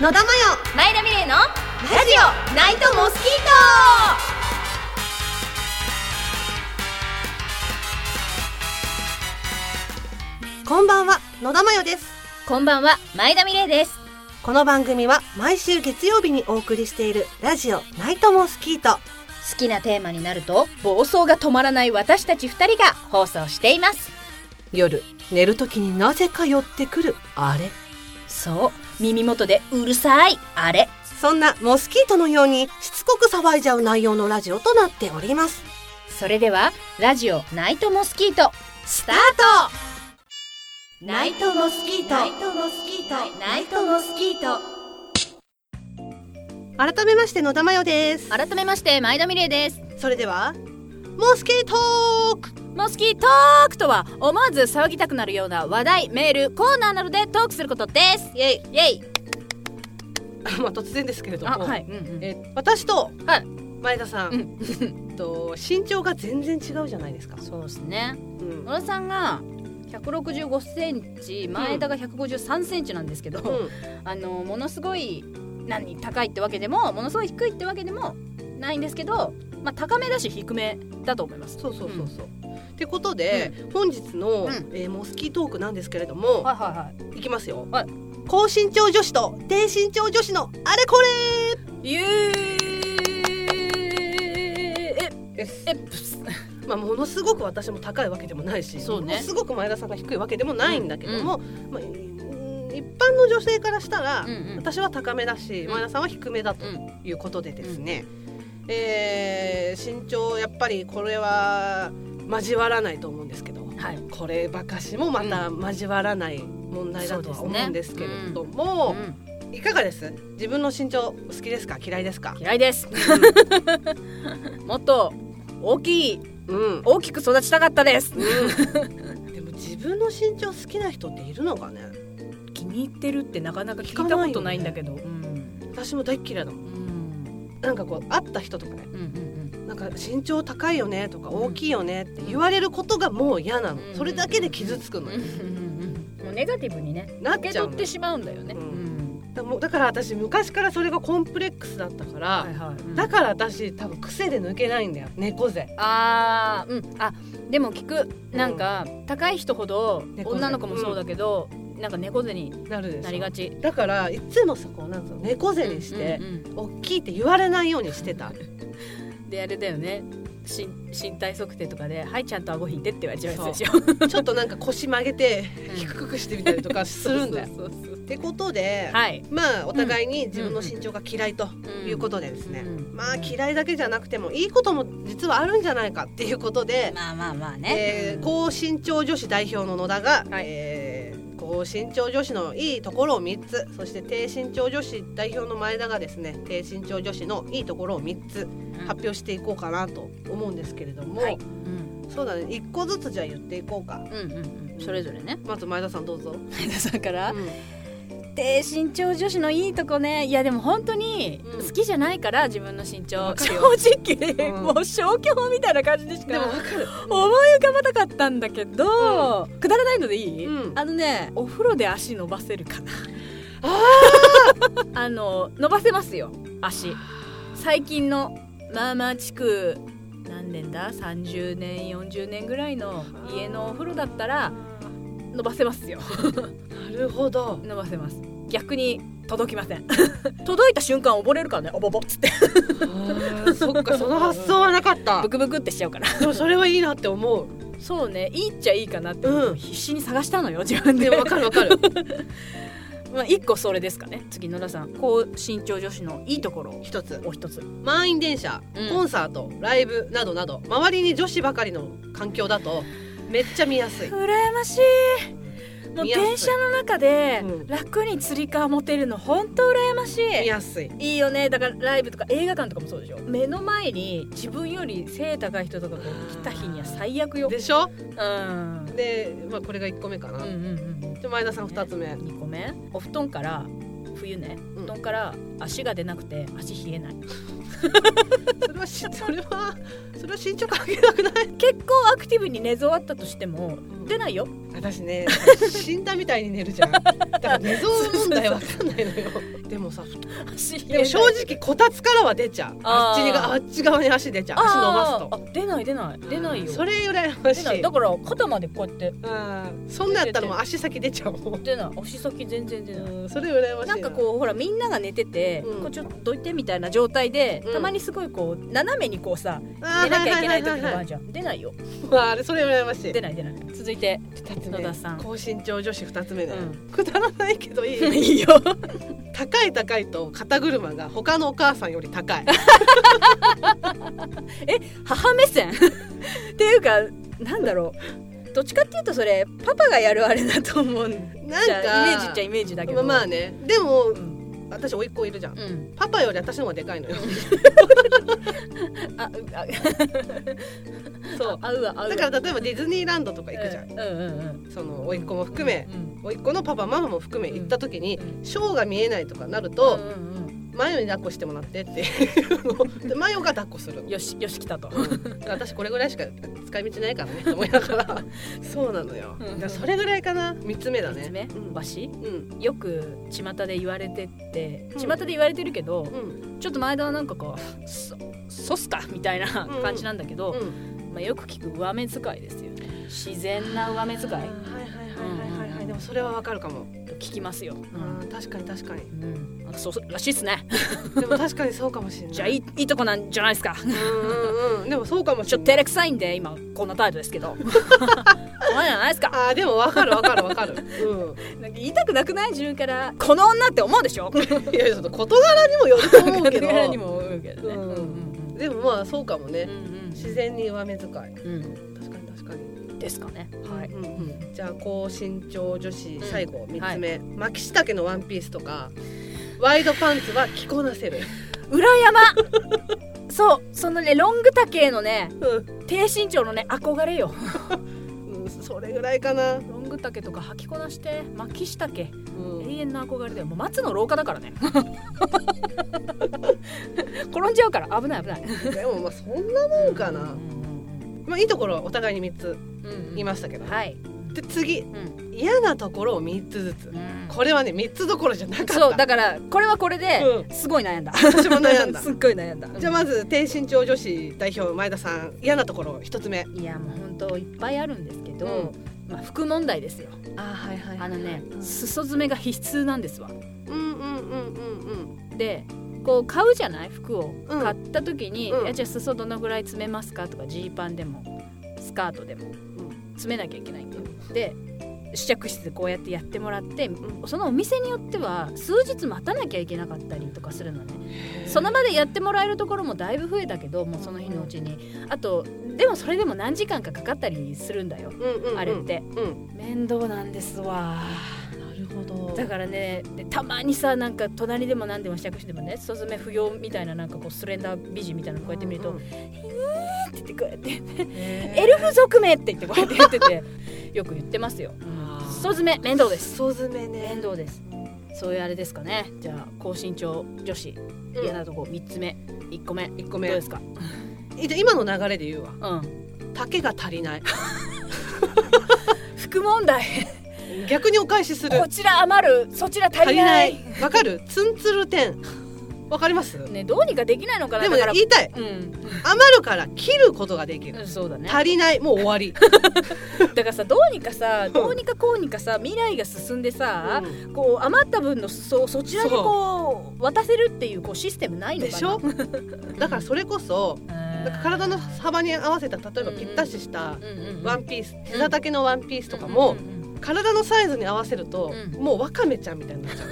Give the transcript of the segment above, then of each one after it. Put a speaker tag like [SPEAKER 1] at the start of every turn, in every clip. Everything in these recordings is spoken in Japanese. [SPEAKER 1] 野田真世
[SPEAKER 2] 前田美玲のラジオナイトモスキー
[SPEAKER 1] こんばんは野田真世です
[SPEAKER 2] トこんばんは前田美玲です
[SPEAKER 1] この番組は毎週月曜日にお送りしているラジオナイトモスキート
[SPEAKER 2] 好きなテーマになると暴走が止まらない私たち二人が放送しています
[SPEAKER 1] 夜寝るときになぜか寄ってくるあれ
[SPEAKER 2] そう耳元でうるさいあれ
[SPEAKER 1] そんなモスキートのようにしつこく騒いじゃう内容のラジオとなっております
[SPEAKER 2] それではラジオナイトモスキート
[SPEAKER 1] スタートナイトモスキートナイトモスキート
[SPEAKER 2] ナイトモスキート
[SPEAKER 1] 改めまして野田真世です
[SPEAKER 2] 改めまして前田美玲です
[SPEAKER 1] それではモスキートーク
[SPEAKER 2] モスキートークとは思わず騒ぎたくなるような話題メールコーナーなどでトークすることです
[SPEAKER 1] イエイ
[SPEAKER 2] イエイ
[SPEAKER 1] まあ突然ですけれども
[SPEAKER 2] い、うんうん
[SPEAKER 1] え私と
[SPEAKER 2] はい
[SPEAKER 1] 前田さん、
[SPEAKER 2] う
[SPEAKER 1] と身長が全然違うじゃないですか、
[SPEAKER 2] そうですね
[SPEAKER 1] うん
[SPEAKER 2] 野田さんが165センチ前田が153センチなんですけど、あのものすごい何高いってわけでもものすごい低いってわけでもないんですけど、まあ、高めだし低めだと思います。
[SPEAKER 1] そうそうそうそう。ってことで、本日の、
[SPEAKER 2] うん
[SPEAKER 1] えーモスキートークなんですけれども、
[SPEAKER 2] はいはいはい
[SPEAKER 1] い、きますよ、
[SPEAKER 2] はい
[SPEAKER 1] 高身長女子と低身長女子のあれこ
[SPEAKER 2] イエーイえ
[SPEAKER 1] れ
[SPEAKER 2] えプス
[SPEAKER 1] まあ、ものすごく私も高いわけでもないし
[SPEAKER 2] そうね
[SPEAKER 1] ものすごく前田さんが低いわけでもないんだけども、まあ、うん一般の女性からしたら、
[SPEAKER 2] うんうん
[SPEAKER 1] 私は高めだし、
[SPEAKER 2] うん
[SPEAKER 1] 前田さんは低めだと
[SPEAKER 2] うん
[SPEAKER 1] いうことでですね、えー身長やっぱりこれは交わらないと思うんですけど。
[SPEAKER 2] はい
[SPEAKER 1] こればかしもまた交わらない問題だとは
[SPEAKER 2] そう
[SPEAKER 1] 思
[SPEAKER 2] ですね
[SPEAKER 1] うんですけれども、
[SPEAKER 2] うん
[SPEAKER 1] いかがです自分の身長好きですか嫌いですか
[SPEAKER 2] 嫌いです もっと大きい
[SPEAKER 1] うん、うん
[SPEAKER 2] 大きく育ちたかったです
[SPEAKER 1] でも自分の身長好きな人っているのかね
[SPEAKER 2] 気に入ってるってなかなか聞
[SPEAKER 1] 聞
[SPEAKER 2] い
[SPEAKER 1] かない
[SPEAKER 2] たこ
[SPEAKER 1] よ
[SPEAKER 2] と
[SPEAKER 1] ね
[SPEAKER 2] ないんだけど、うん
[SPEAKER 1] 私も大っ嫌いだもん
[SPEAKER 2] うん
[SPEAKER 1] なんかこう会った人とかね
[SPEAKER 2] うんうん
[SPEAKER 1] なんか身長高いよねとか
[SPEAKER 2] うん
[SPEAKER 1] 大きいよねって言われることがもう嫌なの、
[SPEAKER 2] うん
[SPEAKER 1] それだけで傷つくの
[SPEAKER 2] うん
[SPEAKER 1] よ、
[SPEAKER 2] もうネガティブにね
[SPEAKER 1] なっ
[SPEAKER 2] 受け
[SPEAKER 1] ちゃう
[SPEAKER 2] 取っ
[SPEAKER 1] の
[SPEAKER 2] てしまうんだよね、
[SPEAKER 1] う
[SPEAKER 2] うん
[SPEAKER 1] だもうだから私昔からそれがコンプレックスだったから、
[SPEAKER 2] はいはいうん
[SPEAKER 1] だから私多分癖で抜けないんだよ猫背
[SPEAKER 2] あーうんあでも聞くなんか、高い人ほど
[SPEAKER 1] 猫背
[SPEAKER 2] 女の子もそうだけど、なんか猫背に
[SPEAKER 1] なるでしょ
[SPEAKER 2] なりがち
[SPEAKER 1] だからいつもそこをなんつうの猫背にして
[SPEAKER 2] うん、うん
[SPEAKER 1] 大きいって言われないようにして た。
[SPEAKER 2] うんであれだよね身身体測定とかで「はいちゃんと顎引いて」って言われちゃうやつでしょ
[SPEAKER 1] ちょっとなんか腰曲げて
[SPEAKER 2] うん
[SPEAKER 1] 低くしてみたりとかするんだよ。
[SPEAKER 2] そうそうそう
[SPEAKER 1] ってことで、
[SPEAKER 2] はい
[SPEAKER 1] まあお互いに自分の身長が嫌いということでですね。
[SPEAKER 2] うん
[SPEAKER 1] まあ嫌いだけじゃなくてもいいことも実はあるんじゃないかっていうことで、
[SPEAKER 2] まあまあまあね、
[SPEAKER 1] えー高身長女子代表の野田が、
[SPEAKER 2] はい
[SPEAKER 1] えー高身長女子のいいところを3つそして低身長女子代表の前田がですね低身長女子のいいところを3つ
[SPEAKER 2] うん
[SPEAKER 1] 発表していこうかなと思うんですけれども、
[SPEAKER 2] はいうん
[SPEAKER 1] そうだね1個ずつじゃあ言っていこうか
[SPEAKER 2] うんうんうんそれぞれね
[SPEAKER 1] まず前田さんどうぞ、
[SPEAKER 2] 前田さんから
[SPEAKER 1] うん
[SPEAKER 2] 低身長女子のいいとこねいやでも本当に
[SPEAKER 1] うん
[SPEAKER 2] 好きじゃないから、自分の身長
[SPEAKER 1] わか
[SPEAKER 2] 正
[SPEAKER 1] るよ
[SPEAKER 2] 直、
[SPEAKER 1] うん
[SPEAKER 2] もう消去法みたいな感じでし
[SPEAKER 1] でも
[SPEAKER 2] か
[SPEAKER 1] わかる
[SPEAKER 2] 思い浮かばなかったんだけど、くだらないのでいい、
[SPEAKER 1] うん
[SPEAKER 2] あのねお風呂で足伸ばせるかな
[SPEAKER 1] あ
[SPEAKER 2] あの伸ばせますよ足最近のまあまあ地区何年だ30年40年ぐらいの家のお風呂だったら伸ばせますよ
[SPEAKER 1] なるほど
[SPEAKER 2] 伸ばせます逆に届きません 届いた瞬間溺れるからねおぼぼっつって
[SPEAKER 1] そっかその発想はなかった
[SPEAKER 2] ブクブクってしちゃうから
[SPEAKER 1] でもそれはいいなって思う
[SPEAKER 2] そうねいいっちゃいいかなって、
[SPEAKER 1] うん
[SPEAKER 2] 必死に探したのよ自分で
[SPEAKER 1] でもわかるわかる
[SPEAKER 2] まあ一個それですかね次野田さん高身長女子のいいところを
[SPEAKER 1] 一つ
[SPEAKER 2] お一つ
[SPEAKER 1] 満員電車、
[SPEAKER 2] うん
[SPEAKER 1] コンサートライブなどなど周りに女子ばかりの環境だとめっちゃ見やす い、
[SPEAKER 2] 羨ましいもう
[SPEAKER 1] 見やすい
[SPEAKER 2] 電車の中で
[SPEAKER 1] うん
[SPEAKER 2] 楽につり革持てるの本当羨まし
[SPEAKER 1] 見
[SPEAKER 2] い
[SPEAKER 1] やすい
[SPEAKER 2] いいよねだからライブとか映画館とかもそうでしょ目の前に自分より背高い人とかが来た日には最悪よ
[SPEAKER 1] でしょ
[SPEAKER 2] うん
[SPEAKER 1] で、まあ、これが1個目かな、
[SPEAKER 2] うんうんうん
[SPEAKER 1] で前田さん2つ目、
[SPEAKER 2] 2個目お布団から冬ね
[SPEAKER 1] うん
[SPEAKER 2] 布団から足が出なくて足冷えない
[SPEAKER 1] それはしそれはそれは身長関係なくない、
[SPEAKER 2] 結構アクティブに寝相あったとしてもってないよ
[SPEAKER 1] 私ね死んだみたいに寝るじゃんだから寝相問題 わかんないのよでもさでも正直こたつからは出ちゃうあ
[SPEAKER 2] あー
[SPEAKER 1] っちにがあっち側に足出ちゃう足伸ばすと
[SPEAKER 2] すと出ない出ない出ないよ
[SPEAKER 1] それ羨まし
[SPEAKER 2] 出ない
[SPEAKER 1] い
[SPEAKER 2] だから肩までこうやって
[SPEAKER 1] うんそんなんやったらもう足先出ちゃうもん
[SPEAKER 2] 出ない足先全然出ない
[SPEAKER 1] うんそれ羨ましい
[SPEAKER 2] なんかこうほらみんなが寝てて、
[SPEAKER 1] うん
[SPEAKER 2] こうちょっとどいてみたいな状態で、
[SPEAKER 1] うん
[SPEAKER 2] たまにすごいこう斜めにこうさ
[SPEAKER 1] う
[SPEAKER 2] 出なきゃいけない時とかあるじゃん出ないよ
[SPEAKER 1] あれそれ羨ましい
[SPEAKER 2] 出ない出ない続いて
[SPEAKER 1] 二つ
[SPEAKER 2] 野田さん
[SPEAKER 1] 高身長女子二つ目だよ、
[SPEAKER 2] うん
[SPEAKER 1] くだらないけどいい
[SPEAKER 2] いいよ
[SPEAKER 1] 高い高いと肩車が他のお母さんより 高い
[SPEAKER 2] 母目線 っていうかなんだろうどっちかっていうとそれパパがやるあれだと思うんじ
[SPEAKER 1] なんか
[SPEAKER 2] ゃあイメージっちゃイメージだけど
[SPEAKER 1] まあまあねでも
[SPEAKER 2] うん、
[SPEAKER 1] 私甥っ子いるじゃん
[SPEAKER 2] うん、
[SPEAKER 1] パパより私の方がでかいのよ
[SPEAKER 2] あうあ
[SPEAKER 1] そう
[SPEAKER 2] 合うわ合うわ
[SPEAKER 1] だから例えばディズニーランドとか行くじゃん、
[SPEAKER 2] うんうんうん
[SPEAKER 1] その甥っ子も含め、
[SPEAKER 2] うん
[SPEAKER 1] 甥っ子のパパママも含め行った時に、
[SPEAKER 2] う
[SPEAKER 1] ショーが見えないとかなる
[SPEAKER 2] う
[SPEAKER 1] と、
[SPEAKER 2] んうん
[SPEAKER 1] マヨに抱っこしてもらってっていうのをでマヨが抱っこする
[SPEAKER 2] う
[SPEAKER 1] の
[SPEAKER 2] ん、よしよし来たと
[SPEAKER 1] 私これぐらいしか使い道ないからね と思いながらそうなのよ、
[SPEAKER 2] うん
[SPEAKER 1] だからそれぐらいかな3つ目だね
[SPEAKER 2] 三つ目
[SPEAKER 1] うん
[SPEAKER 2] わし
[SPEAKER 1] うん
[SPEAKER 2] よく巷で言われてって
[SPEAKER 1] うん
[SPEAKER 2] 巷で言われてるけど、
[SPEAKER 1] うん
[SPEAKER 2] ちょっと前田はなんかこうそそすかみたいな
[SPEAKER 1] うん
[SPEAKER 2] 感じなんだけど、
[SPEAKER 1] うん
[SPEAKER 2] まあ、よく聞く上目遣いですよね自然な上目遣い
[SPEAKER 1] はいはいはいはいはいはいでもそれはわかるかも、
[SPEAKER 2] と聞きますよ、うん
[SPEAKER 1] うん、確かに確かに
[SPEAKER 2] うん、そうそうらしいっすね
[SPEAKER 1] でも確かにそうかもしれない
[SPEAKER 2] じゃあいいいいとこなんじゃないですか
[SPEAKER 1] うんうんうんでもそうかもし
[SPEAKER 2] ちょ
[SPEAKER 1] れ
[SPEAKER 2] っと
[SPEAKER 1] ない
[SPEAKER 2] 照れくさいんで今こんな態度ですけどこんなんじゃないですか
[SPEAKER 1] あーでもわかるわかるわかる、 う
[SPEAKER 2] なんか言いたくなくない自分からこの女って思うでしょ
[SPEAKER 1] ん、いやちょっと事柄にもよると思うけど
[SPEAKER 2] 誰にも思うけどね、
[SPEAKER 1] うん
[SPEAKER 2] うん
[SPEAKER 1] でもまあそうかもね、
[SPEAKER 2] うんうん
[SPEAKER 1] 自、然に上目遣い
[SPEAKER 2] うん、
[SPEAKER 1] 確かに確かに
[SPEAKER 2] ですかねはい、
[SPEAKER 1] うんうん、じゃあ高身長女子
[SPEAKER 2] ん
[SPEAKER 1] 最後3つ目、巻き下けのワンピースとかワイドパンツは着こなせる、
[SPEAKER 2] 裏山そうそのねロング丈のね
[SPEAKER 1] う
[SPEAKER 2] 低身長のね憧れよ
[SPEAKER 1] んうん、それぐらいかな、
[SPEAKER 2] ロング丈とか履きこなして巻き下丈
[SPEAKER 1] うん
[SPEAKER 2] 永遠の憧れだよもう松の廊下 だからね転んじゃうから危ない危ない
[SPEAKER 1] でもまあそんなもんかな、
[SPEAKER 2] うん
[SPEAKER 1] まあ、いいところはお互いに3つ
[SPEAKER 2] うんうん
[SPEAKER 1] 言いましたけど、
[SPEAKER 2] はい、
[SPEAKER 1] で次
[SPEAKER 2] うん
[SPEAKER 1] 嫌なところを3つずつ、これはね3つどころじゃなかった
[SPEAKER 2] そうだからこれはこれで
[SPEAKER 1] う
[SPEAKER 2] すごい悩んだ
[SPEAKER 1] 私も悩んだ
[SPEAKER 2] すっごい悩んだ
[SPEAKER 1] じゃあまず低身長女子代表前田さん嫌なところ1つ目
[SPEAKER 2] いやもう本当いっぱいあるんですけど、
[SPEAKER 1] うん
[SPEAKER 2] まあ服問題ですよ
[SPEAKER 1] あはいは
[SPEAKER 2] あのね
[SPEAKER 1] うん
[SPEAKER 2] 裾詰めが必須なんですわ
[SPEAKER 1] うんうんうんうん
[SPEAKER 2] でこう買うじゃない服を、
[SPEAKER 1] うん
[SPEAKER 2] 買った時に、
[SPEAKER 1] うん
[SPEAKER 2] いやじゃあ裾どのぐらい詰めますかとかジーパンでもスカートでも、詰めなきゃいけないんだよで試着室でこうやってやってもらって、
[SPEAKER 1] ん
[SPEAKER 2] そのお店によっては数日待たなきゃいけなかったりとかするのね
[SPEAKER 1] うん
[SPEAKER 2] その場でやってもらえるところもだいぶ増えたけどもうその日のうちにあとでもそれでも何時間かかかったりするんだよ
[SPEAKER 1] うんうんうん
[SPEAKER 2] あれって
[SPEAKER 1] うん
[SPEAKER 2] 面倒なんですわ
[SPEAKER 1] なるほど
[SPEAKER 2] だからねでたまにさなんか隣でも何でも試着してもね裾詰め不要みたいななんかこうスレンダー美人みたいなのこうやって見ると
[SPEAKER 1] う
[SPEAKER 2] 「
[SPEAKER 1] んうん
[SPEAKER 2] って言ってこうやって「エ
[SPEAKER 1] エ
[SPEAKER 2] ルフ族名」って言ってこうやって言って てよく言ってますよ。裾詰め面倒です
[SPEAKER 1] そう詰めね
[SPEAKER 2] 面倒ですそういうあれですかねじゃあ高身長女子
[SPEAKER 1] うん
[SPEAKER 2] 嫌なとこ3つ目1個目ど
[SPEAKER 1] 一個
[SPEAKER 2] う
[SPEAKER 1] 目
[SPEAKER 2] ですか
[SPEAKER 1] えじゃあ今の流れで言うわ
[SPEAKER 2] うん
[SPEAKER 1] 丈が足り ない
[SPEAKER 2] 服問題
[SPEAKER 1] 逆にお返しする
[SPEAKER 2] こちら余るそちら足
[SPEAKER 1] 足
[SPEAKER 2] り
[SPEAKER 1] り
[SPEAKER 2] な
[SPEAKER 1] ないいわかるツンツル点わかりますで
[SPEAKER 2] ねどうにかできないのかな
[SPEAKER 1] も
[SPEAKER 2] だ
[SPEAKER 1] ね
[SPEAKER 2] から
[SPEAKER 1] 言いたい
[SPEAKER 2] うん
[SPEAKER 1] 余るから切ることができ
[SPEAKER 2] う
[SPEAKER 1] る
[SPEAKER 2] んそうだね
[SPEAKER 1] 足りないもう終わり
[SPEAKER 2] だからさどうにかさどうにかこうにかさ未来が進んでさ、
[SPEAKER 1] うん
[SPEAKER 2] こう余った分の裾をそちらにこう渡せるっていうこうシステムないのか
[SPEAKER 1] で
[SPEAKER 2] な
[SPEAKER 1] しょだからそれこそなんか体
[SPEAKER 2] の
[SPEAKER 1] の幅に合わせた例えばぴったししたワンピース膝丈のワンピースとか
[SPEAKER 2] う
[SPEAKER 1] も
[SPEAKER 2] んうんうん
[SPEAKER 1] 体のサイズに合わせると
[SPEAKER 2] うん
[SPEAKER 1] もうワカメちゃんみたいになっちゃう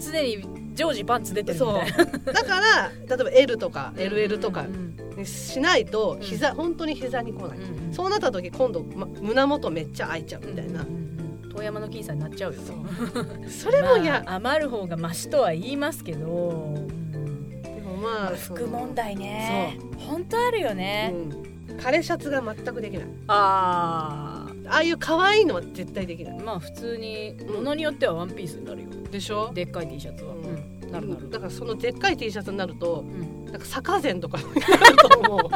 [SPEAKER 2] 常に常時パンツ出てるみ
[SPEAKER 1] そ
[SPEAKER 2] たいな
[SPEAKER 1] うだから例えば L とか LL とか
[SPEAKER 2] うんうん
[SPEAKER 1] にしないと
[SPEAKER 2] ん
[SPEAKER 1] 膝、本当に膝に来ない、
[SPEAKER 2] うんうん
[SPEAKER 1] そうなった時今度、ま、胸元めっちゃ開いちゃうみたいな
[SPEAKER 2] うん、うんうん遠山の金さんになっちゃうよ
[SPEAKER 1] そうそれも嫌、
[SPEAKER 2] まあ余る方がマシとは言いますけど、うん
[SPEAKER 1] でもまあ
[SPEAKER 2] 服問題ね
[SPEAKER 1] そ
[SPEAKER 2] 本当あるよ
[SPEAKER 1] 題
[SPEAKER 2] ね、
[SPEAKER 1] 枯れシャツが全くできない
[SPEAKER 2] ああ
[SPEAKER 1] ああいう可愛いのは絶対できない
[SPEAKER 2] まあ普通にものによってはワンピースになるよ
[SPEAKER 1] でしょ
[SPEAKER 2] でっかい T シャツは、
[SPEAKER 1] うん
[SPEAKER 2] うんなるなる
[SPEAKER 1] だからそのでっかい T シャツになると
[SPEAKER 2] うん
[SPEAKER 1] なんか坂膳とかになると 思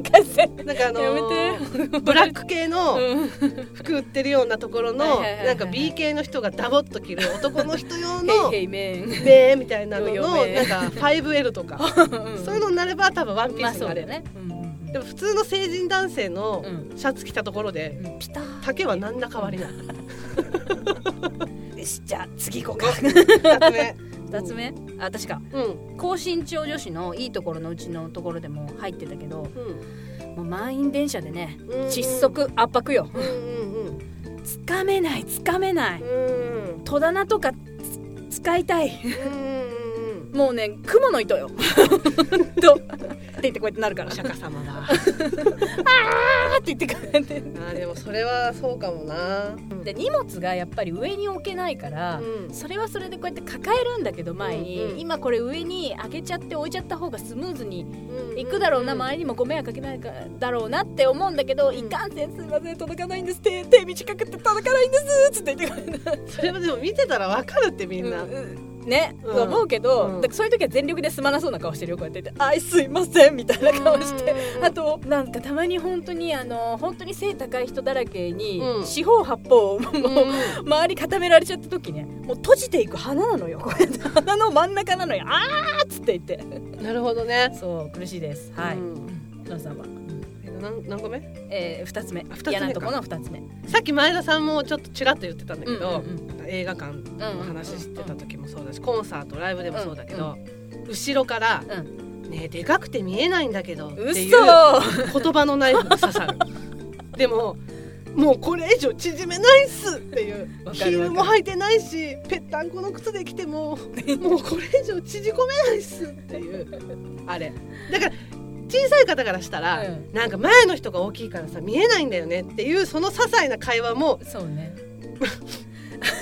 [SPEAKER 2] 逆線
[SPEAKER 1] うなんかあのー
[SPEAKER 2] やめて
[SPEAKER 1] ブラック系の
[SPEAKER 2] うん
[SPEAKER 1] 服売ってるようなところ
[SPEAKER 2] はい
[SPEAKER 1] の
[SPEAKER 2] はいはいはい
[SPEAKER 1] なんか B 系の人がダボっと着る男の人用 の
[SPEAKER 2] ヘイヘイメン
[SPEAKER 1] でみたいなのの
[SPEAKER 2] よ
[SPEAKER 1] な
[SPEAKER 2] よめ
[SPEAKER 1] んか 5L とか そういうのになれば多分ワンピー
[SPEAKER 2] まあ
[SPEAKER 1] スに
[SPEAKER 2] そう
[SPEAKER 1] な
[SPEAKER 2] だ
[SPEAKER 1] れ
[SPEAKER 2] よ
[SPEAKER 1] る、
[SPEAKER 2] ねうんうん
[SPEAKER 1] でも普通の成人男性のシャツ着たところで
[SPEAKER 2] うんピタッ
[SPEAKER 1] 丈は何ら変わりない
[SPEAKER 2] よしじゃあ次行こうか
[SPEAKER 1] 2つ 目
[SPEAKER 2] 二つ目あ確か
[SPEAKER 1] うん
[SPEAKER 2] 高身長女子のいいところのうちのところでも入ってたけど
[SPEAKER 1] う
[SPEAKER 2] もう満員電車でね
[SPEAKER 1] んうん
[SPEAKER 2] 窒息圧迫よ
[SPEAKER 1] うんうん
[SPEAKER 2] つかめないつかめない
[SPEAKER 1] うんうん
[SPEAKER 2] 戸棚とかつ使いたい
[SPEAKER 1] うんうん
[SPEAKER 2] もうね雲の糸よ とって言ってこうやってなるから
[SPEAKER 1] お
[SPEAKER 2] シャ
[SPEAKER 1] 釈迦様だ
[SPEAKER 2] ーって言ってくれて
[SPEAKER 1] あーでもそれはそうかもな
[SPEAKER 2] で荷物がやっぱり上に置けないから、
[SPEAKER 1] うん
[SPEAKER 2] それはそれでこうやって抱えるんだけど前に、
[SPEAKER 1] うんうん
[SPEAKER 2] 今これ上に上げちゃって置いちゃった方がスムーズに
[SPEAKER 1] うん
[SPEAKER 2] いくだろうな、周
[SPEAKER 1] り
[SPEAKER 2] りにもご迷惑かけないかだろうなって思うんだけど、
[SPEAKER 1] ん
[SPEAKER 2] いかんせんすいません届かないんですって手短くて届かないんですつって言ってくれた
[SPEAKER 1] それはでも見てたらわかるってみんな、
[SPEAKER 2] うんうんね、
[SPEAKER 1] うん
[SPEAKER 2] 思うけど、
[SPEAKER 1] うん
[SPEAKER 2] だからそういう時は全力ですまなそうな顔してるよこうやって言って「あいすいません」みたいな 顔して、
[SPEAKER 1] うん
[SPEAKER 2] あとなんかたまに本当にあの本当に背高い人だらけに、
[SPEAKER 1] うん
[SPEAKER 2] 四方八方
[SPEAKER 1] うん
[SPEAKER 2] もう、周り固められちゃった時ねもう閉じていく花なのよこれ花の真ん中なのよあーっつって言って
[SPEAKER 1] なるほどね
[SPEAKER 2] そう苦しいですはい、
[SPEAKER 1] う
[SPEAKER 2] うん
[SPEAKER 1] ん
[SPEAKER 2] のさんは、
[SPEAKER 1] え何何個目
[SPEAKER 2] えー、2つ目
[SPEAKER 1] 二つ目か
[SPEAKER 2] 嫌なとこの2つ目
[SPEAKER 1] さっき前田さんもちょっとちらっと言ってたんだけど、
[SPEAKER 2] うんうん
[SPEAKER 1] 映画館の話してた時もそうだし、コンサートライブでもそうだけど、
[SPEAKER 2] う
[SPEAKER 1] 後ろから
[SPEAKER 2] う
[SPEAKER 1] 「ねえでかくて見えないんだけど」って
[SPEAKER 2] う
[SPEAKER 1] いう
[SPEAKER 2] そ
[SPEAKER 1] 言葉のナイフが刺さ るでももうこれ以上縮めないっすっていう
[SPEAKER 2] わかるわかる
[SPEAKER 1] ヒールも履いてないしぺったんこの靴で来てももうこれ以上縮こめないっすっていうあれだから小さい方からしたら、
[SPEAKER 2] うん
[SPEAKER 1] なんか前の人が大きいからさ見えないんだよねっていうその些細な会話も
[SPEAKER 2] そうね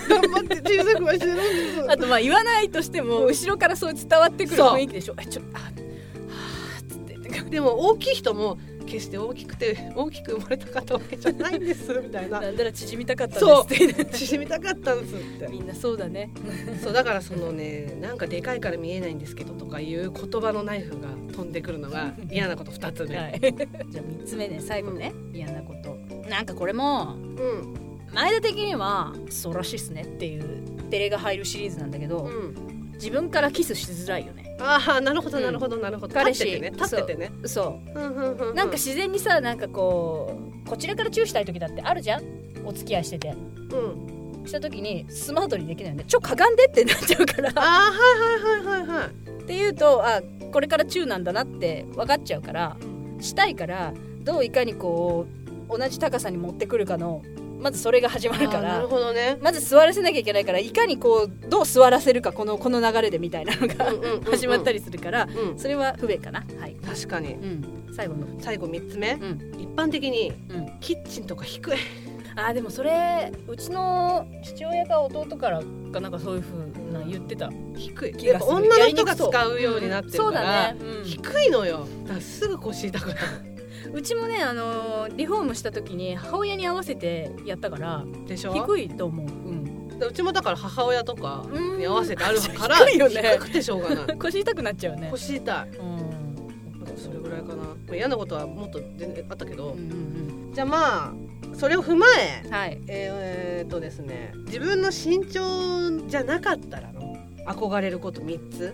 [SPEAKER 1] 頑張って小さくはしてるんです
[SPEAKER 2] あとまあ言わないとしても後ろからそう伝わってくる
[SPEAKER 1] そう
[SPEAKER 2] 雰囲気でしょえちょあはあっつって言って
[SPEAKER 1] でも大きい人も決して大きくて大きく生まれたかったわけじゃないんですみたいな
[SPEAKER 2] なんだら縮みたかった
[SPEAKER 1] そ
[SPEAKER 2] ん
[SPEAKER 1] う
[SPEAKER 2] ですって
[SPEAKER 1] 縮みたかったんですって
[SPEAKER 2] みんなそうだね
[SPEAKER 1] そうだからそのねなんかでかいから見えないんですけどとかいう言葉のナイフが飛んでくるの が嫌なこと2つ目、
[SPEAKER 2] はい、じゃあ3つ目ね最後ね、嫌なことなんかこれ
[SPEAKER 1] う
[SPEAKER 2] も
[SPEAKER 1] ん
[SPEAKER 2] 前田的には「そうらしいっすね」っていうデレが入るシリーズなんだけど、
[SPEAKER 1] うん、
[SPEAKER 2] 自分からキスしづらいよね
[SPEAKER 1] ああなるほど
[SPEAKER 2] うん
[SPEAKER 1] なるほどなるほど、
[SPEAKER 2] 彼氏
[SPEAKER 1] 立っててね立っててね
[SPEAKER 2] そ
[SPEAKER 1] うんうんう
[SPEAKER 2] うなんか自然にさなんかこうこちらからチューしたい時だってあるじゃんお付き合いしてて
[SPEAKER 1] うん
[SPEAKER 2] した時にスマートにできないよねちょかがんでってなっちゃうから
[SPEAKER 1] あ
[SPEAKER 2] っ
[SPEAKER 1] あはいはいはいはいはい
[SPEAKER 2] ていうとあこれからチューなんだなって分かっちゃうからしたいからどういかにこう同じ高さに持ってくるかのまずそれが始まる
[SPEAKER 1] あ
[SPEAKER 2] か
[SPEAKER 1] ーな
[SPEAKER 2] ら
[SPEAKER 1] るほどね
[SPEAKER 2] まず座らせなきゃいけないからいかにこうどう座らせるかこのこの流れでみたいなのが
[SPEAKER 1] うんうんうんうん
[SPEAKER 2] 始まったりするから
[SPEAKER 1] うん
[SPEAKER 2] それは不便かなはい、
[SPEAKER 1] 確かに
[SPEAKER 2] うん、最後の
[SPEAKER 1] 最後3つ目、
[SPEAKER 2] ん
[SPEAKER 1] 一般的に
[SPEAKER 2] うん
[SPEAKER 1] キッチンとか低い
[SPEAKER 2] あーでもそれうちの父親か弟からかなんかそういうふうな言ってた
[SPEAKER 1] 低い
[SPEAKER 2] 気
[SPEAKER 1] や
[SPEAKER 2] が
[SPEAKER 1] っ
[SPEAKER 2] す
[SPEAKER 1] ぱ
[SPEAKER 2] る
[SPEAKER 1] 女の人
[SPEAKER 2] や
[SPEAKER 1] が
[SPEAKER 2] りにくそ
[SPEAKER 1] 使うようになってるから、
[SPEAKER 2] うんそうだね、
[SPEAKER 1] 低いのよだからすぐ腰痛くなる
[SPEAKER 2] うんうちもねあのーリフォームした時に母親に合わせてやったから
[SPEAKER 1] でしょ
[SPEAKER 2] 低いと思う、うん、
[SPEAKER 1] うちもだから母親とか
[SPEAKER 2] うん
[SPEAKER 1] に合わせてあるから
[SPEAKER 2] 低いよね
[SPEAKER 1] 低くてしょうが ない
[SPEAKER 2] 腰痛くなっちゃうね
[SPEAKER 1] 腰痛い
[SPEAKER 2] うん
[SPEAKER 1] それぐらいかなまあ嫌なことはもっと全然あったけど、
[SPEAKER 2] うんうん
[SPEAKER 1] じゃあまあそれを踏まえ
[SPEAKER 2] うんはい
[SPEAKER 1] えーっとですね自分の身長じゃなかったらの憧れること3つ、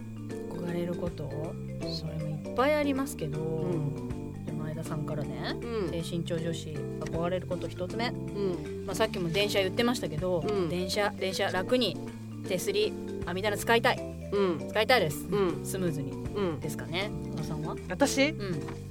[SPEAKER 2] 憧れることそれもいっぱいありますけど、前田さんからね
[SPEAKER 1] うん
[SPEAKER 2] 低身長女子憧れること一つ目、
[SPEAKER 1] うん
[SPEAKER 2] まあ、さっきも電車言ってましたけど、
[SPEAKER 1] うん
[SPEAKER 2] 電車電車楽に手すり網棚使いたい
[SPEAKER 1] うん
[SPEAKER 2] 使いたいです、
[SPEAKER 1] うん
[SPEAKER 2] スムーズに
[SPEAKER 1] うん
[SPEAKER 2] ですかね小野さんは
[SPEAKER 1] 私
[SPEAKER 2] う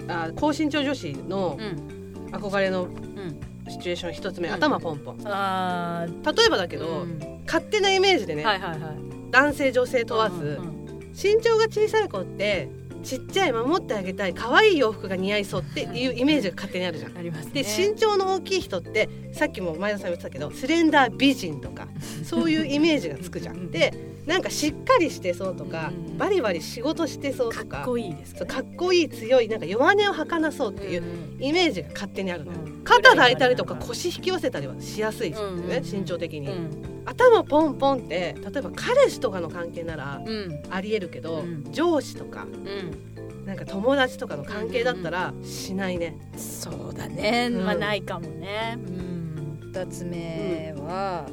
[SPEAKER 2] ん
[SPEAKER 1] あ高身長女子の
[SPEAKER 2] うん
[SPEAKER 1] 憧れの
[SPEAKER 2] うん
[SPEAKER 1] シチュエーション1つ目、
[SPEAKER 2] うん
[SPEAKER 1] 頭ポンポン例
[SPEAKER 2] あー
[SPEAKER 1] えばだけど、
[SPEAKER 2] うん
[SPEAKER 1] 勝手なイメージでね、
[SPEAKER 2] はいはいはい
[SPEAKER 1] 男性女性問わず、
[SPEAKER 2] うん
[SPEAKER 1] 身長が小さい子ってちっちゃい守ってあげたい可愛い洋服が似合いそうっていうイメージが勝手にあるじゃん。
[SPEAKER 2] あります
[SPEAKER 1] で
[SPEAKER 2] ね
[SPEAKER 1] 身長の大きい人ってさっきも前田さん言ってたけどスレンダー美人 とかそういうイメージがつくじゃ。
[SPEAKER 2] うんうんん
[SPEAKER 1] でなんかしっかりしてそうとか
[SPEAKER 2] うんうん
[SPEAKER 1] バリバリ仕事してそうと
[SPEAKER 2] かっ
[SPEAKER 1] か
[SPEAKER 2] こいいです
[SPEAKER 1] そう
[SPEAKER 2] ね
[SPEAKER 1] かっこいい強いなんか弱音を吐かなそうっていう
[SPEAKER 2] うん
[SPEAKER 1] イメージが勝手にあるのよ
[SPEAKER 2] うん。
[SPEAKER 1] 肩抱いたりとか腰引き寄せたりはしやすいし
[SPEAKER 2] うんうんうん
[SPEAKER 1] ね身長的
[SPEAKER 2] うん
[SPEAKER 1] に。頭ポンポンって例えば彼氏とかの関係なら
[SPEAKER 2] うん
[SPEAKER 1] ありえるけど、
[SPEAKER 2] うん
[SPEAKER 1] 上司とか
[SPEAKER 2] うん
[SPEAKER 1] なんか友達とかの関係だったらしないね。
[SPEAKER 2] そうだね、
[SPEAKER 1] うん
[SPEAKER 2] まあないかもね、うん、2つ目は、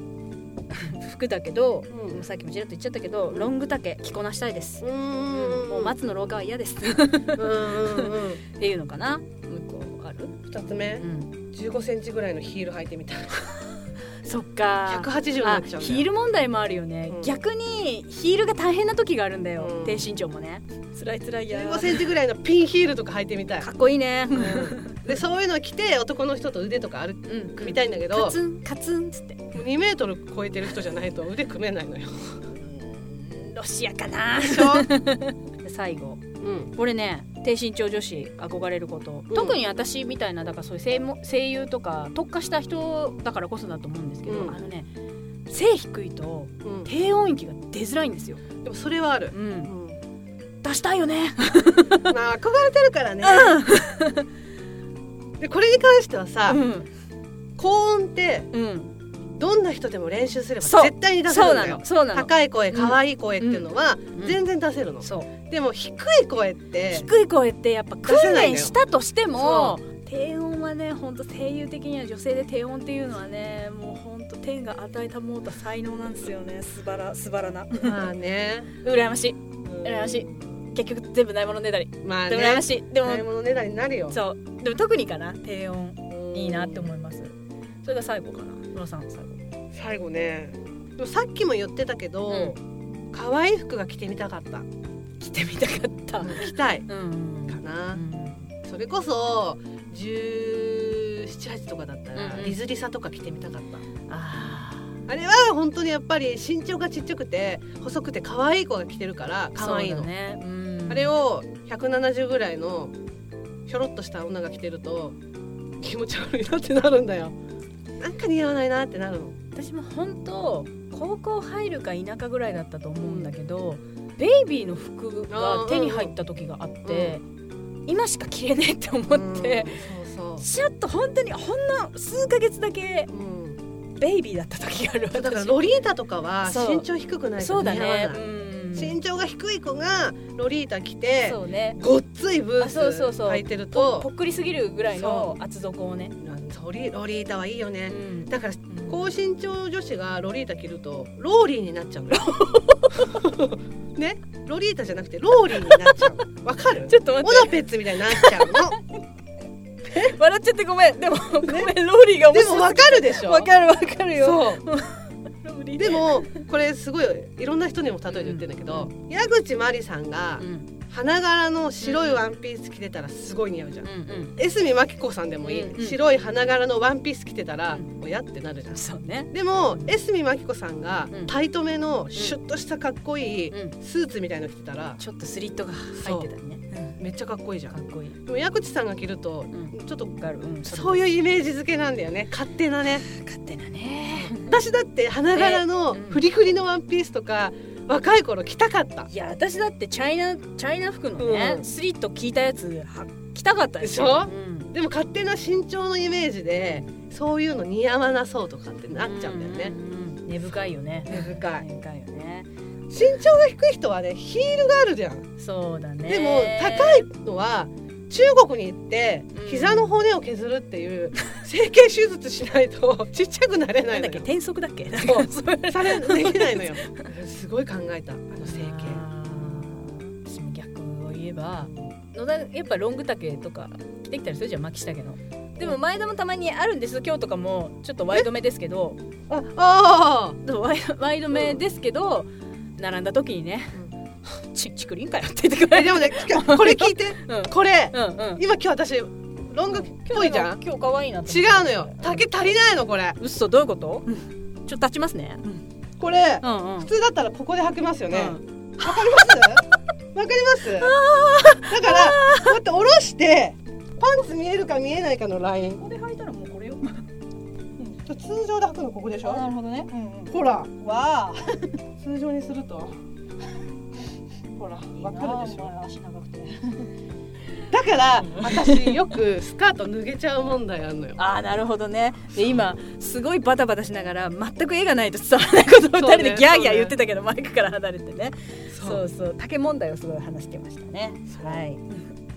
[SPEAKER 2] 服だけど、
[SPEAKER 1] うん
[SPEAKER 2] さっきもちらっと言っちゃったけどロング丈着こなしたいです、
[SPEAKER 1] うーん
[SPEAKER 2] もう松の廊下は嫌ですっ
[SPEAKER 1] うんうんうん
[SPEAKER 2] ていうのかなもう一個ある、
[SPEAKER 1] 二つ目
[SPEAKER 2] うん、
[SPEAKER 1] 15センチぐらいのヒール履いてみたい
[SPEAKER 2] そっか
[SPEAKER 1] 180にな
[SPEAKER 2] あ
[SPEAKER 1] っちゃうんだよ
[SPEAKER 2] ヒール問題もあるよね、
[SPEAKER 1] うん
[SPEAKER 2] 逆にヒールが大変な時があるんだよ、
[SPEAKER 1] うん
[SPEAKER 2] 低身長もねつらいつらいや
[SPEAKER 1] 15センチぐらいのピンヒールとか履いてみたい
[SPEAKER 2] かっこいいね
[SPEAKER 1] でそういうの着て男の人と腕とか歩
[SPEAKER 2] うん
[SPEAKER 1] 組みたいんだけ
[SPEAKER 2] カ
[SPEAKER 1] ど
[SPEAKER 2] ツンカツンっつって
[SPEAKER 1] 2メートル超えてる人じゃないと腕組めないのよ
[SPEAKER 2] ロシアかな
[SPEAKER 1] でしょ、
[SPEAKER 2] 最後
[SPEAKER 1] うん、
[SPEAKER 2] これね低身長女子憧れること、
[SPEAKER 1] うん
[SPEAKER 2] 特に私みたいなだからそういう声も声優とか特化した人だからこそだと思うんですけど、
[SPEAKER 1] うん
[SPEAKER 2] あのね背低いと
[SPEAKER 1] うんで
[SPEAKER 2] 低音域が出づらいんですよ、
[SPEAKER 1] もそれはある
[SPEAKER 2] う、、
[SPEAKER 1] うんん、
[SPEAKER 2] 出したいよね
[SPEAKER 1] まあ憧れてるからね、でこれに関してはさ、
[SPEAKER 2] うん、
[SPEAKER 1] 高音って
[SPEAKER 2] うん、
[SPEAKER 1] どんな人でも練習すれば
[SPEAKER 2] そう
[SPEAKER 1] 絶対に出せ
[SPEAKER 2] そ
[SPEAKER 1] る
[SPEAKER 2] うんな
[SPEAKER 1] だよ
[SPEAKER 2] のそうなの
[SPEAKER 1] 高い声可愛い声っていうのは
[SPEAKER 2] ん
[SPEAKER 1] 全然出せるの、
[SPEAKER 2] そう
[SPEAKER 1] でも低い声って
[SPEAKER 2] 低い声ってやっぱ
[SPEAKER 1] 出せ
[SPEAKER 2] 訓
[SPEAKER 1] ないんだよ
[SPEAKER 2] 練したとしても低音はね本当声優的には女性で低音っていうのはねもう本当天が与えたもうた才能なんですよねすばらすばらな
[SPEAKER 1] まあね
[SPEAKER 2] 羨ましい羨まし
[SPEAKER 1] い
[SPEAKER 2] 結局全部ないものねだり
[SPEAKER 1] まあ
[SPEAKER 2] でも羨
[SPEAKER 1] ね
[SPEAKER 2] ましいでも
[SPEAKER 1] 買い物値段になるよ
[SPEAKER 2] そうでも特にかな低音いいなって思
[SPEAKER 1] う
[SPEAKER 2] いますそれが最後かな野呂さん最後
[SPEAKER 1] ん最後ねでもさっきも言ってたけど、可愛い服が着てみたかった
[SPEAKER 2] 来てみたかったうん
[SPEAKER 1] 着たい
[SPEAKER 2] うん
[SPEAKER 1] かな、それこそ1718とかだったら、
[SPEAKER 2] うんうん
[SPEAKER 1] リズリサとか着てみたかった
[SPEAKER 2] あ
[SPEAKER 1] あれは本当にやっぱり身長がちっちゃくて細くて可愛い子が着てるから
[SPEAKER 2] あ
[SPEAKER 1] 可愛いの、
[SPEAKER 2] ねうん
[SPEAKER 1] あれを170ぐらいのひょろっとした女が着てると気持ち悪いなってなるんだよなんか似合わないなってなるの
[SPEAKER 2] 私も本当高校入るか否かぐらいだったと思うんだけど、ベイビーの服が手に入った時があって、今しか着れねえって思って、
[SPEAKER 1] うんそうそ
[SPEAKER 2] ちょっと本当にほんの数ヶ月だけ
[SPEAKER 1] う、うん
[SPEAKER 2] ベイビーだった時がある
[SPEAKER 1] だから
[SPEAKER 2] 私
[SPEAKER 1] ロリータとかは
[SPEAKER 2] そう
[SPEAKER 1] 身長低くない
[SPEAKER 2] そ
[SPEAKER 1] と
[SPEAKER 2] う
[SPEAKER 1] 似
[SPEAKER 2] だ
[SPEAKER 1] 合わない、
[SPEAKER 2] ね、うん
[SPEAKER 1] 身長が低い子がロリータ着て
[SPEAKER 2] そうね
[SPEAKER 1] ごっついブー
[SPEAKER 2] あ
[SPEAKER 1] ツ
[SPEAKER 2] そうそうそう
[SPEAKER 1] 履いてる
[SPEAKER 2] ぽ
[SPEAKER 1] と
[SPEAKER 2] ぽっくりすぎるぐらいの厚底をね、
[SPEAKER 1] ロリロリータはいいよね、
[SPEAKER 2] うん
[SPEAKER 1] だから
[SPEAKER 2] うん
[SPEAKER 1] 高身長女子がロリータ着るとローリーになっちゃうのよ ねロリータじゃなくてローリーになっちゃうのわかる
[SPEAKER 2] ちょっと
[SPEAKER 1] オ
[SPEAKER 2] 待っ
[SPEAKER 1] ナペッツみたいになっちゃ うの
[SPEAKER 2] て笑っちゃってごめんでも、ごめんローリーが
[SPEAKER 1] で
[SPEAKER 2] 面
[SPEAKER 1] も
[SPEAKER 2] 白
[SPEAKER 1] わ
[SPEAKER 2] い
[SPEAKER 1] かるでしょ
[SPEAKER 2] わかるわかるよ
[SPEAKER 1] そう
[SPEAKER 2] ローリーね
[SPEAKER 1] でもこれすごいいろんな人にも例えて言ってるんだけど、矢口真理さんが
[SPEAKER 2] うん
[SPEAKER 1] 花柄の白いワンピース着てたらすごい似合うじゃん、
[SPEAKER 2] うんうん
[SPEAKER 1] 江角真紀子さんでもいい、
[SPEAKER 2] うんうん
[SPEAKER 1] 白い花柄のワンピース着てたら、
[SPEAKER 2] う
[SPEAKER 1] おやってなるじゃん
[SPEAKER 2] そうね。
[SPEAKER 1] でも江角真紀子さんが
[SPEAKER 2] うん
[SPEAKER 1] タイトめのシュッとしたかっこいい
[SPEAKER 2] うん。
[SPEAKER 1] スーツみたいの着てたら
[SPEAKER 2] ちょっとスリットが入ってたりね。
[SPEAKER 1] めっちゃかっこいいじゃ
[SPEAKER 2] か
[SPEAKER 1] ん
[SPEAKER 2] っこいい。
[SPEAKER 1] でも矢口さんが着ると
[SPEAKER 2] ん
[SPEAKER 1] ちょっと
[SPEAKER 2] わかる。うん。
[SPEAKER 1] そういうイメージ付けなんだよね勝手なね
[SPEAKER 2] 勝手なね。
[SPEAKER 1] 私だって花柄の
[SPEAKER 2] ねうん
[SPEAKER 1] フリフリのワンピースとか若い頃着たかった
[SPEAKER 2] いや私だってチャイナチャイナ服のね、
[SPEAKER 1] うん
[SPEAKER 2] スリット聞いたやつは着たかったです
[SPEAKER 1] でしょ
[SPEAKER 2] よ。うん
[SPEAKER 1] でも勝手な身長のイメージでそういうの似合わなそうとかってなっちゃうんだよね
[SPEAKER 2] う。んうんうん根深いよね。
[SPEAKER 1] 根深い
[SPEAKER 2] 根深いよね。
[SPEAKER 1] 身長が低い人はねヒールがあるじゃん、
[SPEAKER 2] そうだね。
[SPEAKER 1] でも高いのは中国に行って
[SPEAKER 2] うん
[SPEAKER 1] 膝の骨を削るっていう整形手術しないと ちっちゃくなれな
[SPEAKER 2] ないん
[SPEAKER 1] の
[SPEAKER 2] だっけ
[SPEAKER 1] よ
[SPEAKER 2] 転足だっけ。
[SPEAKER 1] そう
[SPEAKER 2] なんか それ
[SPEAKER 1] されできないの よすごい考えたあの整形
[SPEAKER 2] あー私も逆を言えば野田やっぱロング丈とか着てきたりするじゃん巻き下着のでも前田もたまにあるんです今日とかもちょっとワイド目ですけど
[SPEAKER 1] ああ
[SPEAKER 2] でもワイワイド目ですけど、並んだ時にね「ちちくりんかよ」って言ってく
[SPEAKER 1] ーえ
[SPEAKER 2] れる
[SPEAKER 1] でもね聞かこれ聞いて
[SPEAKER 2] うん
[SPEAKER 1] これ
[SPEAKER 2] うんうん
[SPEAKER 1] 今今日私ロングっぽいじゃん
[SPEAKER 2] 今日可愛いなって
[SPEAKER 1] 違うのよ竹足りないのこれ
[SPEAKER 2] うっそどういうことちょっと立ちますね
[SPEAKER 1] これ
[SPEAKER 2] うんうん、う
[SPEAKER 1] 普
[SPEAKER 2] ん、
[SPEAKER 1] 通だったらここで履けますよねわ、
[SPEAKER 2] うん
[SPEAKER 1] かりますわかりますだからこうやって下ろしてパンツ見えるか見えないかのライン
[SPEAKER 2] ここで履いたらもうこれよ
[SPEAKER 1] 通常で履くのここでしょ
[SPEAKER 2] るほどねうん
[SPEAKER 1] ほら
[SPEAKER 2] わあ
[SPEAKER 1] 通常にするとほらわかるでしょ
[SPEAKER 2] 足長くて
[SPEAKER 1] だから私よくスカート脱げちゃう問題あんのよ
[SPEAKER 2] ああなるほどねで今すごいバタバタしながら全く絵がないと伝わらないことを2人でギャーギャー言ってたけど、マイクから離れてね
[SPEAKER 1] そ
[SPEAKER 2] そううそう竹問題をすごい話してましたねはい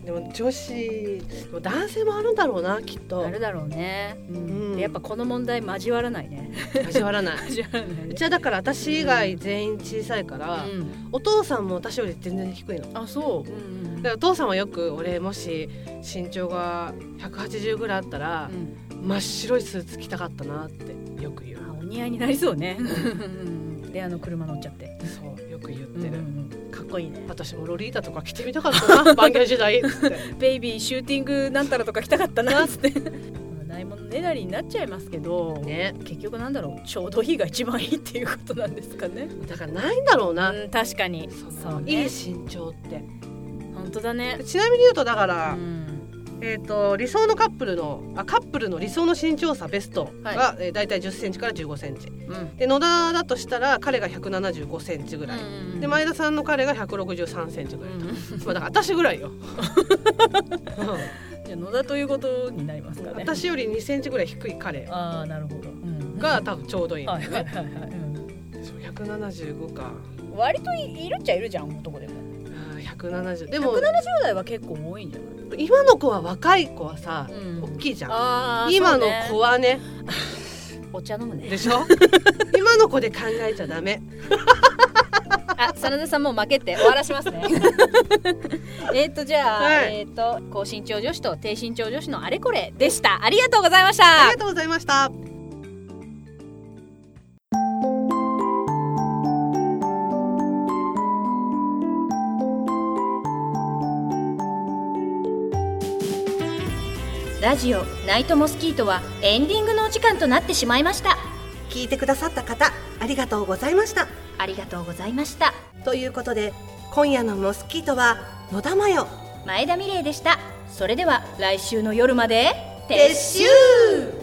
[SPEAKER 1] でも女子でも男性もあるんだろうなきっと
[SPEAKER 2] あるだろうね、うん
[SPEAKER 1] うん
[SPEAKER 2] でやっぱこの問題交わらないね
[SPEAKER 1] 交わら ない
[SPEAKER 2] 交わらないう
[SPEAKER 1] ちはだから私以外全員小さいから、
[SPEAKER 2] うん、
[SPEAKER 1] お父さんも私より全然低いのだか
[SPEAKER 2] あそう、うんうん
[SPEAKER 1] らお父さんはよく俺もし身長が180ぐらいあったら、
[SPEAKER 2] うん
[SPEAKER 1] 真っ白いスーツ着たかったなってよく言う
[SPEAKER 2] あお似合いになりそうねであの車乗っちゃって
[SPEAKER 1] そうよく言ってる、
[SPEAKER 2] うんうんかっこいいね
[SPEAKER 1] 私もロリータとか着てみたかった なバンギャ時代っつって
[SPEAKER 2] ベイビーシューティングなんたらとか来たかったなっつって ないものねだりになっちゃいますけど、
[SPEAKER 1] ね
[SPEAKER 2] 結局なんだろうちょうどいいが一番いいっていうことなんですかね、
[SPEAKER 1] だからないんだろうな、
[SPEAKER 2] うん、確かに
[SPEAKER 1] その
[SPEAKER 2] そう
[SPEAKER 1] いい
[SPEAKER 2] ね
[SPEAKER 1] 身長って
[SPEAKER 2] 本当だね
[SPEAKER 1] ちなみに言うとだから、
[SPEAKER 2] うん
[SPEAKER 1] えー、と理想のカップルのあカップルの理想の身長差ベストが、
[SPEAKER 2] は
[SPEAKER 1] えー、大体1 0ンチから1 5ンチ
[SPEAKER 2] うん
[SPEAKER 1] で野田だとしたら彼が1 7 5ンチぐらい、で前田さんの彼が1 6 3ンチぐ
[SPEAKER 2] う
[SPEAKER 1] らい、
[SPEAKER 2] ん
[SPEAKER 1] まあ、だから私ぐらいよ、
[SPEAKER 2] じゃあ野田ということになります
[SPEAKER 1] う
[SPEAKER 2] か
[SPEAKER 1] ん
[SPEAKER 2] ね
[SPEAKER 1] 私より2センチぐらい低い彼
[SPEAKER 2] ああなるほど、うん
[SPEAKER 1] が多分ちょうどいいの
[SPEAKER 2] はい
[SPEAKER 1] ね、
[SPEAKER 2] はいはいはい、うん
[SPEAKER 1] そう175か
[SPEAKER 2] 割といいるっちゃいるじゃん男でも
[SPEAKER 1] うん170でも
[SPEAKER 2] 10代は結構多いんじゃない、
[SPEAKER 1] 今の子は若い子はさ、
[SPEAKER 2] うん
[SPEAKER 1] 大きいじゃん
[SPEAKER 2] あー
[SPEAKER 1] 今の
[SPEAKER 2] そ
[SPEAKER 1] 子
[SPEAKER 2] うね
[SPEAKER 1] はね
[SPEAKER 2] お茶飲むね
[SPEAKER 1] でしょ今の子で考えちゃダメ
[SPEAKER 2] あ真田さんもう負けて終わらします ねえっとじゃあ、
[SPEAKER 1] はい
[SPEAKER 2] えっ、と高身長女子と低身長女子のあれこれでしたありがとうございまし
[SPEAKER 1] あ
[SPEAKER 2] た
[SPEAKER 1] りがとうございました
[SPEAKER 2] ラジオナイトモスキートはエンディングのお時間となってしまいました
[SPEAKER 3] 聞いてくださった方ありがとうございました
[SPEAKER 2] ありがとうございました
[SPEAKER 3] ということで今夜のモスキートは野田真代
[SPEAKER 2] 前田美玲でしたそれでは来週の夜まで
[SPEAKER 3] 撤収